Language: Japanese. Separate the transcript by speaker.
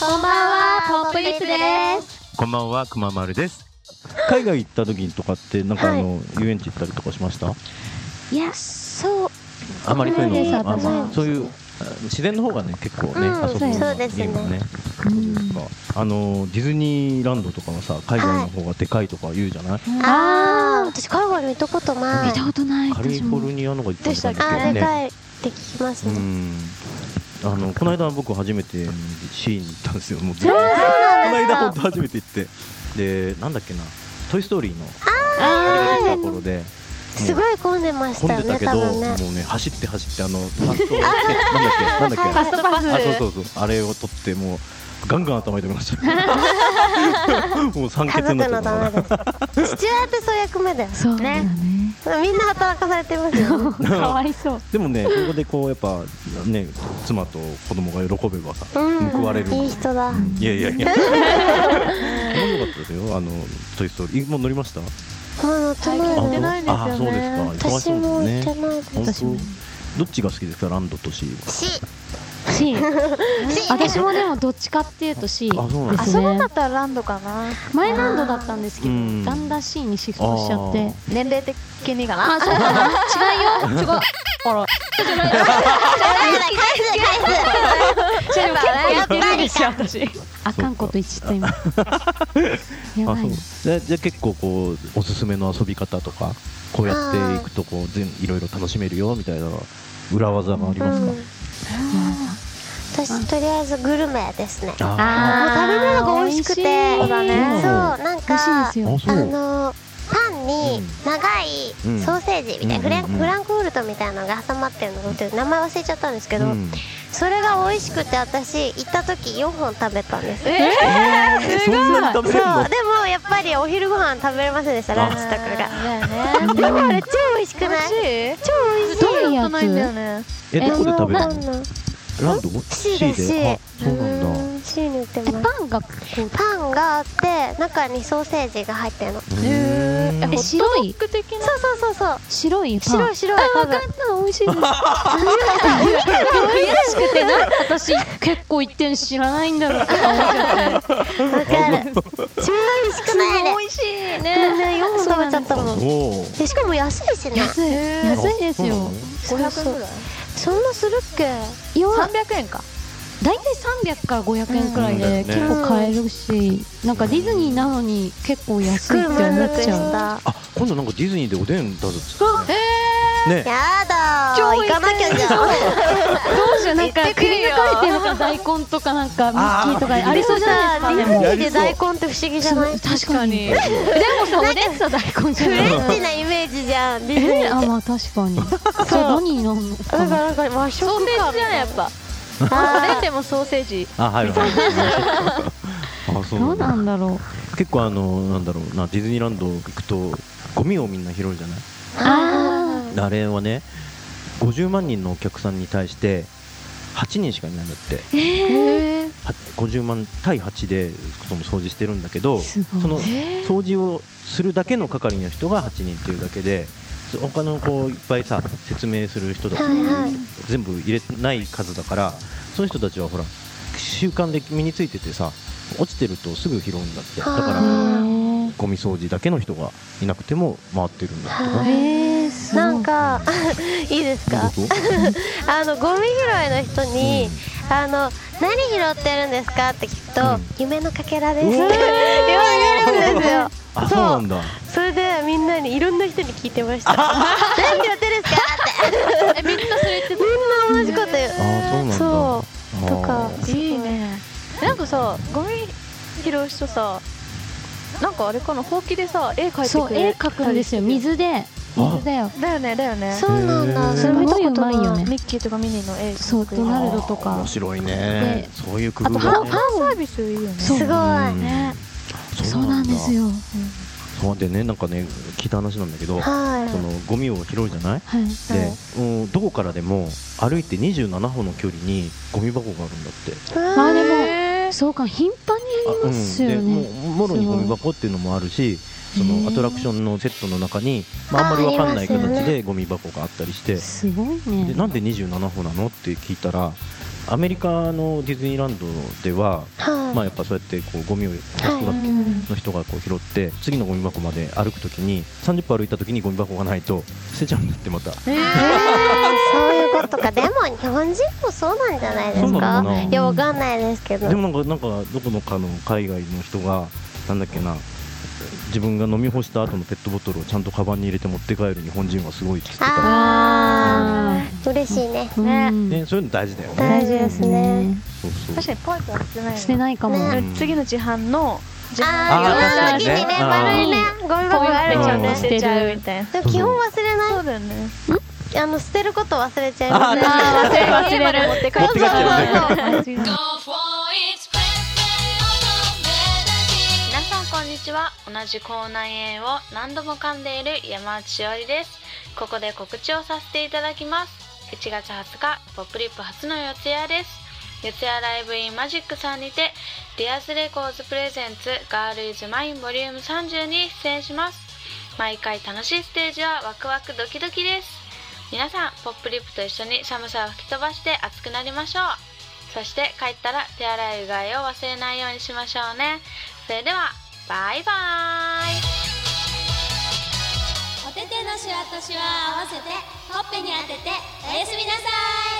Speaker 1: こんばんは、ポップリップです。
Speaker 2: こんばんは、くままるです。
Speaker 3: 海外行った時とかってなんかあ
Speaker 1: はい
Speaker 3: の、遊園地行ったりとかしました
Speaker 1: いや、そう、
Speaker 3: あまりそういうの
Speaker 1: そう
Speaker 3: あ
Speaker 1: です
Speaker 3: まあそういうあ自然の方がね結構ね、
Speaker 1: うん
Speaker 3: 遊ぶの
Speaker 1: そ
Speaker 3: が
Speaker 1: うです
Speaker 3: ゲームはねそうですかあのディズニーランドとかもさ海外の方がでかいとか言うじゃない、
Speaker 1: あ
Speaker 4: あー
Speaker 1: ー、私海外に行ったことない。
Speaker 4: 見たことない
Speaker 3: カリ
Speaker 4: 私
Speaker 3: フォ
Speaker 4: も
Speaker 3: ルニアの方がいっぱい
Speaker 1: あー、で
Speaker 3: ね
Speaker 1: かいって聞きます
Speaker 3: う
Speaker 1: ね。
Speaker 3: んあのこの間僕初めてシーに行ったんですよもうこ
Speaker 1: なん
Speaker 3: の
Speaker 1: ですか
Speaker 3: 間本当初めて行ってでなんだっけな「トイ・ストーリー」の
Speaker 1: あ
Speaker 3: あれが出
Speaker 1: ー
Speaker 3: た頃でもう
Speaker 1: すごい混んでまし
Speaker 3: 混
Speaker 1: た
Speaker 3: ん
Speaker 1: よ
Speaker 3: でた
Speaker 1: ね、
Speaker 3: け
Speaker 1: 多
Speaker 3: ど、
Speaker 1: 分ね。
Speaker 3: もうね走って走ってあのファーストえなんだっけなんだっけ
Speaker 1: ファーストパ
Speaker 3: あそうそうそうあれを取ってもうガンガン頭痛めましたもう酸欠
Speaker 1: 家族
Speaker 3: になっちゃ
Speaker 1: の
Speaker 3: ったた
Speaker 1: めです。父親ってそういう役目だよ。
Speaker 4: そうだ
Speaker 1: ね。
Speaker 4: ね
Speaker 1: みんな働かされてますよね。
Speaker 4: かわいそう
Speaker 3: でもねそこでこうやっぱね妻と子供が喜べばさ
Speaker 1: うん
Speaker 3: 報われる
Speaker 1: いい人だ。
Speaker 3: いやいやいや面白かったですよあの「トイ・ストーリー」もう乗りました
Speaker 1: まだ乗ってない
Speaker 4: 乗
Speaker 1: の
Speaker 4: ってないですよね
Speaker 3: あそうですか忙
Speaker 1: 私
Speaker 3: しそう
Speaker 1: も行
Speaker 3: で
Speaker 1: っ
Speaker 3: す
Speaker 1: て
Speaker 3: ね
Speaker 1: ないです。
Speaker 3: 本
Speaker 4: 私も
Speaker 3: 当どっちが好きですかランドとシーは
Speaker 1: し、
Speaker 4: C 私もでもどっちかっていうと C
Speaker 3: あそうなん
Speaker 4: で
Speaker 3: だ
Speaker 4: す
Speaker 5: 遊ば
Speaker 4: ね
Speaker 5: なかったらランドかな
Speaker 4: 前ランドだったんですけど
Speaker 3: うん
Speaker 4: だんだん C にシフトしちゃって
Speaker 5: 年齢的にか
Speaker 4: あ
Speaker 5: な
Speaker 4: そうかな違うよ違うあらじゃあ結構言ってるんですよ私あかんこと言っちゃった今や
Speaker 3: あ
Speaker 4: ば
Speaker 3: そう
Speaker 4: いな
Speaker 3: でじゃあ結構こうおすすめの遊び方とかこうやっていくとこう全いろいろ楽しめるよみたいな裏技があり
Speaker 1: う
Speaker 3: ます
Speaker 1: ん。
Speaker 3: か、
Speaker 1: 私とりあえずグルメですね。もう食べ
Speaker 4: あー
Speaker 1: 物が美味しくて、
Speaker 4: 美味し
Speaker 1: そ
Speaker 4: い
Speaker 1: うなん
Speaker 4: 美味しいで
Speaker 1: か
Speaker 4: すよ
Speaker 3: あ
Speaker 1: あ
Speaker 3: そう
Speaker 1: のパンに長い
Speaker 3: うん
Speaker 1: ソーセージみたいなフレ
Speaker 3: うんうんう
Speaker 1: ン
Speaker 3: ん
Speaker 1: フランクフルトみたいなのが挟まってるのが売ってる名前忘れちゃったんですけど、
Speaker 3: うん
Speaker 1: それが美味しくて私行った時4本食べたんです。
Speaker 4: え
Speaker 3: そんなに食
Speaker 1: そう
Speaker 3: べ
Speaker 1: で
Speaker 3: れるの
Speaker 1: もやっぱりお昼ご飯食べれませんでしたランチとかが。
Speaker 5: だよね
Speaker 1: でもあれ超美味しく
Speaker 5: 美
Speaker 1: ない
Speaker 5: 味しい
Speaker 1: 超美味しい
Speaker 4: どういうや
Speaker 5: や
Speaker 4: つ
Speaker 5: っないんだよね
Speaker 3: えどこで食べる
Speaker 1: あ
Speaker 3: の
Speaker 1: の
Speaker 3: ランド
Speaker 1: C で C
Speaker 3: あそうなんだ
Speaker 1: うん C に売って
Speaker 4: え
Speaker 1: ます。
Speaker 4: パンがこう
Speaker 1: パンがあって中にソーセージが入ってるの。そう
Speaker 5: へえ
Speaker 4: え白い
Speaker 5: 僕的な
Speaker 1: そうそうそう。
Speaker 4: 白いパン
Speaker 1: 白い白い多分。
Speaker 4: あ美味し いです。悔しくてなんで私 結構一点知らないんだろうとか思っちゃって。
Speaker 1: わかる。超美味しくないね。
Speaker 5: 美味しい
Speaker 1: ねね4本食べちゃったもん。
Speaker 3: お
Speaker 1: でしかも安いしね。
Speaker 4: 安い安いですよ。
Speaker 1: そう
Speaker 5: 500円ぐらい
Speaker 1: そんなするっけ？
Speaker 4: いや
Speaker 5: 300円か
Speaker 4: 大体300から500円くらいで
Speaker 3: うん
Speaker 4: 結構買えるし、なんかディズニーなのに結構安いって思
Speaker 1: 満
Speaker 4: っ
Speaker 1: 足し
Speaker 4: ちゃう。
Speaker 1: た。
Speaker 3: あ今度なんかディズニーでおでん出すっつってねね
Speaker 1: やだー。行かなきゃじゃん。
Speaker 4: どうしようなんか
Speaker 5: 行ってく
Speaker 4: くり
Speaker 5: る
Speaker 4: 抜
Speaker 5: よ
Speaker 4: かれてるのか大根とかなんかミッキーとかありそうじゃないですか。で
Speaker 1: ディ
Speaker 4: も
Speaker 1: ズニーで大根って不思議じゃない？フ
Speaker 4: 確かに。でもさおでんさ大根じゃない。
Speaker 1: レンチなイメージじゃん。ディズニー
Speaker 4: えあまあ確かに。そう何になるのか
Speaker 1: だ
Speaker 4: な
Speaker 1: か。らなんか和食
Speaker 5: ソーセー
Speaker 1: 感
Speaker 5: ジじゃないやっぱ
Speaker 1: あー
Speaker 5: おでんでもソーセージ
Speaker 3: あはい はいあそうな
Speaker 4: どうん
Speaker 3: だ
Speaker 4: なんだろう。
Speaker 3: 結構あのなんだろうなディズニーランド行くとゴミをみんな拾うじゃない
Speaker 1: あ
Speaker 3: あれはね50万人のお客さんに対して8人しかいないんだって
Speaker 5: へえ
Speaker 3: は50万対8でその掃除してるんだけど
Speaker 4: すごい
Speaker 3: その掃除をするだけの係の人が8人っていうだけでそ他のこういっぱいさ説明する人と
Speaker 1: ー
Speaker 3: か
Speaker 1: はいはい。
Speaker 3: 全部入れてない数だからその人たちはほら習慣で身についててさ落ちてるとすぐ拾うんだってだからゴミ掃除だけの人がいなくても回ってるんだって
Speaker 1: は
Speaker 3: な。
Speaker 4: えー、すごい
Speaker 1: なんかいいですか？
Speaker 3: どういうこと
Speaker 1: あのゴミ拾いの人に、あの何拾ってるんですかって聞くと、
Speaker 3: うん
Speaker 1: 夢のかけらですっ
Speaker 3: う
Speaker 1: て
Speaker 3: ん
Speaker 1: 言われるんですよ。
Speaker 3: あそうなんだ
Speaker 1: それでみんなにいろんな人に聞いてま した。何拾ってるんですかって。みんなそれ言ってみんな同じこと言う。
Speaker 3: あそうなんだ
Speaker 1: そ
Speaker 3: あー
Speaker 1: とか
Speaker 5: いいねなんかさゴミ拾う人さなんかあれかなほうきでさ絵描いてくれ
Speaker 4: そう絵描くんですよ水で水だよ
Speaker 5: だよねだよね
Speaker 1: う。そうなんだ。
Speaker 3: へー
Speaker 1: それ見たこと
Speaker 4: すごいうまいよ
Speaker 1: な
Speaker 4: ね
Speaker 1: い。
Speaker 5: ミッキーとかミニーの絵
Speaker 4: そうドナルドとか
Speaker 3: 面白いね
Speaker 4: で
Speaker 3: そういう工
Speaker 4: あ
Speaker 3: 夫
Speaker 4: と
Speaker 3: が
Speaker 4: ハ
Speaker 3: ね
Speaker 4: ンハ
Speaker 5: サービスいいよね
Speaker 4: そう
Speaker 1: すごい。
Speaker 3: うん
Speaker 4: ね
Speaker 3: そ
Speaker 4: そうう
Speaker 3: な
Speaker 4: なんん
Speaker 3: だ
Speaker 4: ですよ
Speaker 3: そうでねなんかね聞いた話なんだけどそ
Speaker 1: は
Speaker 3: のゴミを拾うじゃない
Speaker 4: はい
Speaker 3: で、うん、どこからでも歩いて27歩の距離にゴミ箱があるんだって
Speaker 1: い。うん
Speaker 4: まあでもそうか頻繁にありますよ
Speaker 3: うんで
Speaker 4: ね
Speaker 3: もうもろにゴミ箱っていうのもあるしそ
Speaker 4: へ
Speaker 3: の
Speaker 4: ー
Speaker 3: アトラクションのセットの中に、まあ、あんまりわかんない形でゴミ箱があったりして、
Speaker 4: すごい
Speaker 3: で
Speaker 4: ね
Speaker 3: なんで27歩なのって聞いたらアメリカのディズニーランドでは、
Speaker 1: はい
Speaker 3: まあ、やっぱそうやってこうゴミを
Speaker 1: はい
Speaker 3: 100
Speaker 1: う
Speaker 3: の人がこう拾って次のゴミ箱まで歩くときに30歩歩いたときにゴミ箱がないと捨てちゃうんだってまた
Speaker 1: えー そういうことかでも日本人もそうなんじゃないです
Speaker 3: そうな
Speaker 1: か
Speaker 3: のかない
Speaker 1: やわかんないですけど
Speaker 3: でもなんかなんかどこのかの海外の人がなんだっけな自分が飲み干した後のペットボトルをちゃんとカバンに入れて持って帰る日本人はすごいって言ってた
Speaker 1: あー嬉しいね
Speaker 4: ね
Speaker 3: ねそういうの大事だよね
Speaker 1: 大事ですね
Speaker 3: そうそう
Speaker 5: 確かにポイポイはしてないよね
Speaker 4: してないかも、
Speaker 1: ね
Speaker 3: うん
Speaker 5: 次の自販の自販
Speaker 1: あ
Speaker 3: あー
Speaker 1: あ夜の
Speaker 3: 確
Speaker 1: 時
Speaker 3: かにね
Speaker 1: にね悪いねゴミ箱がある
Speaker 5: れちゃ
Speaker 1: よ
Speaker 5: う
Speaker 1: ね
Speaker 5: ね
Speaker 4: ん
Speaker 5: 捨てちゃうみたいな
Speaker 1: でも基本忘れ
Speaker 5: そ
Speaker 1: な
Speaker 5: うだよね
Speaker 1: いあの捨てること忘れちゃいますね
Speaker 5: 忘れる忘れる持って帰っ
Speaker 3: 持って帰っちゃうね
Speaker 6: 皆さんこんにちは同じ口内炎を何度も噛んでいる山内しおりですここで告知をさせていただきます1月20日ポップリップ初の四ツ谷です四ツ谷ライブインマジックさんにてディアスレコーズプレゼンツガールイズマインボリューム30に出演します毎回楽しいステージはワクワクドキドキです皆さんポップリップと一緒に寒さを吹き飛ばして熱くなりましょうそして帰ったら手洗いうがいを忘れないようにしましょうねそれではバイバイ
Speaker 7: お手手のシワとシワを合わせてほっぺに当てておやすみなさい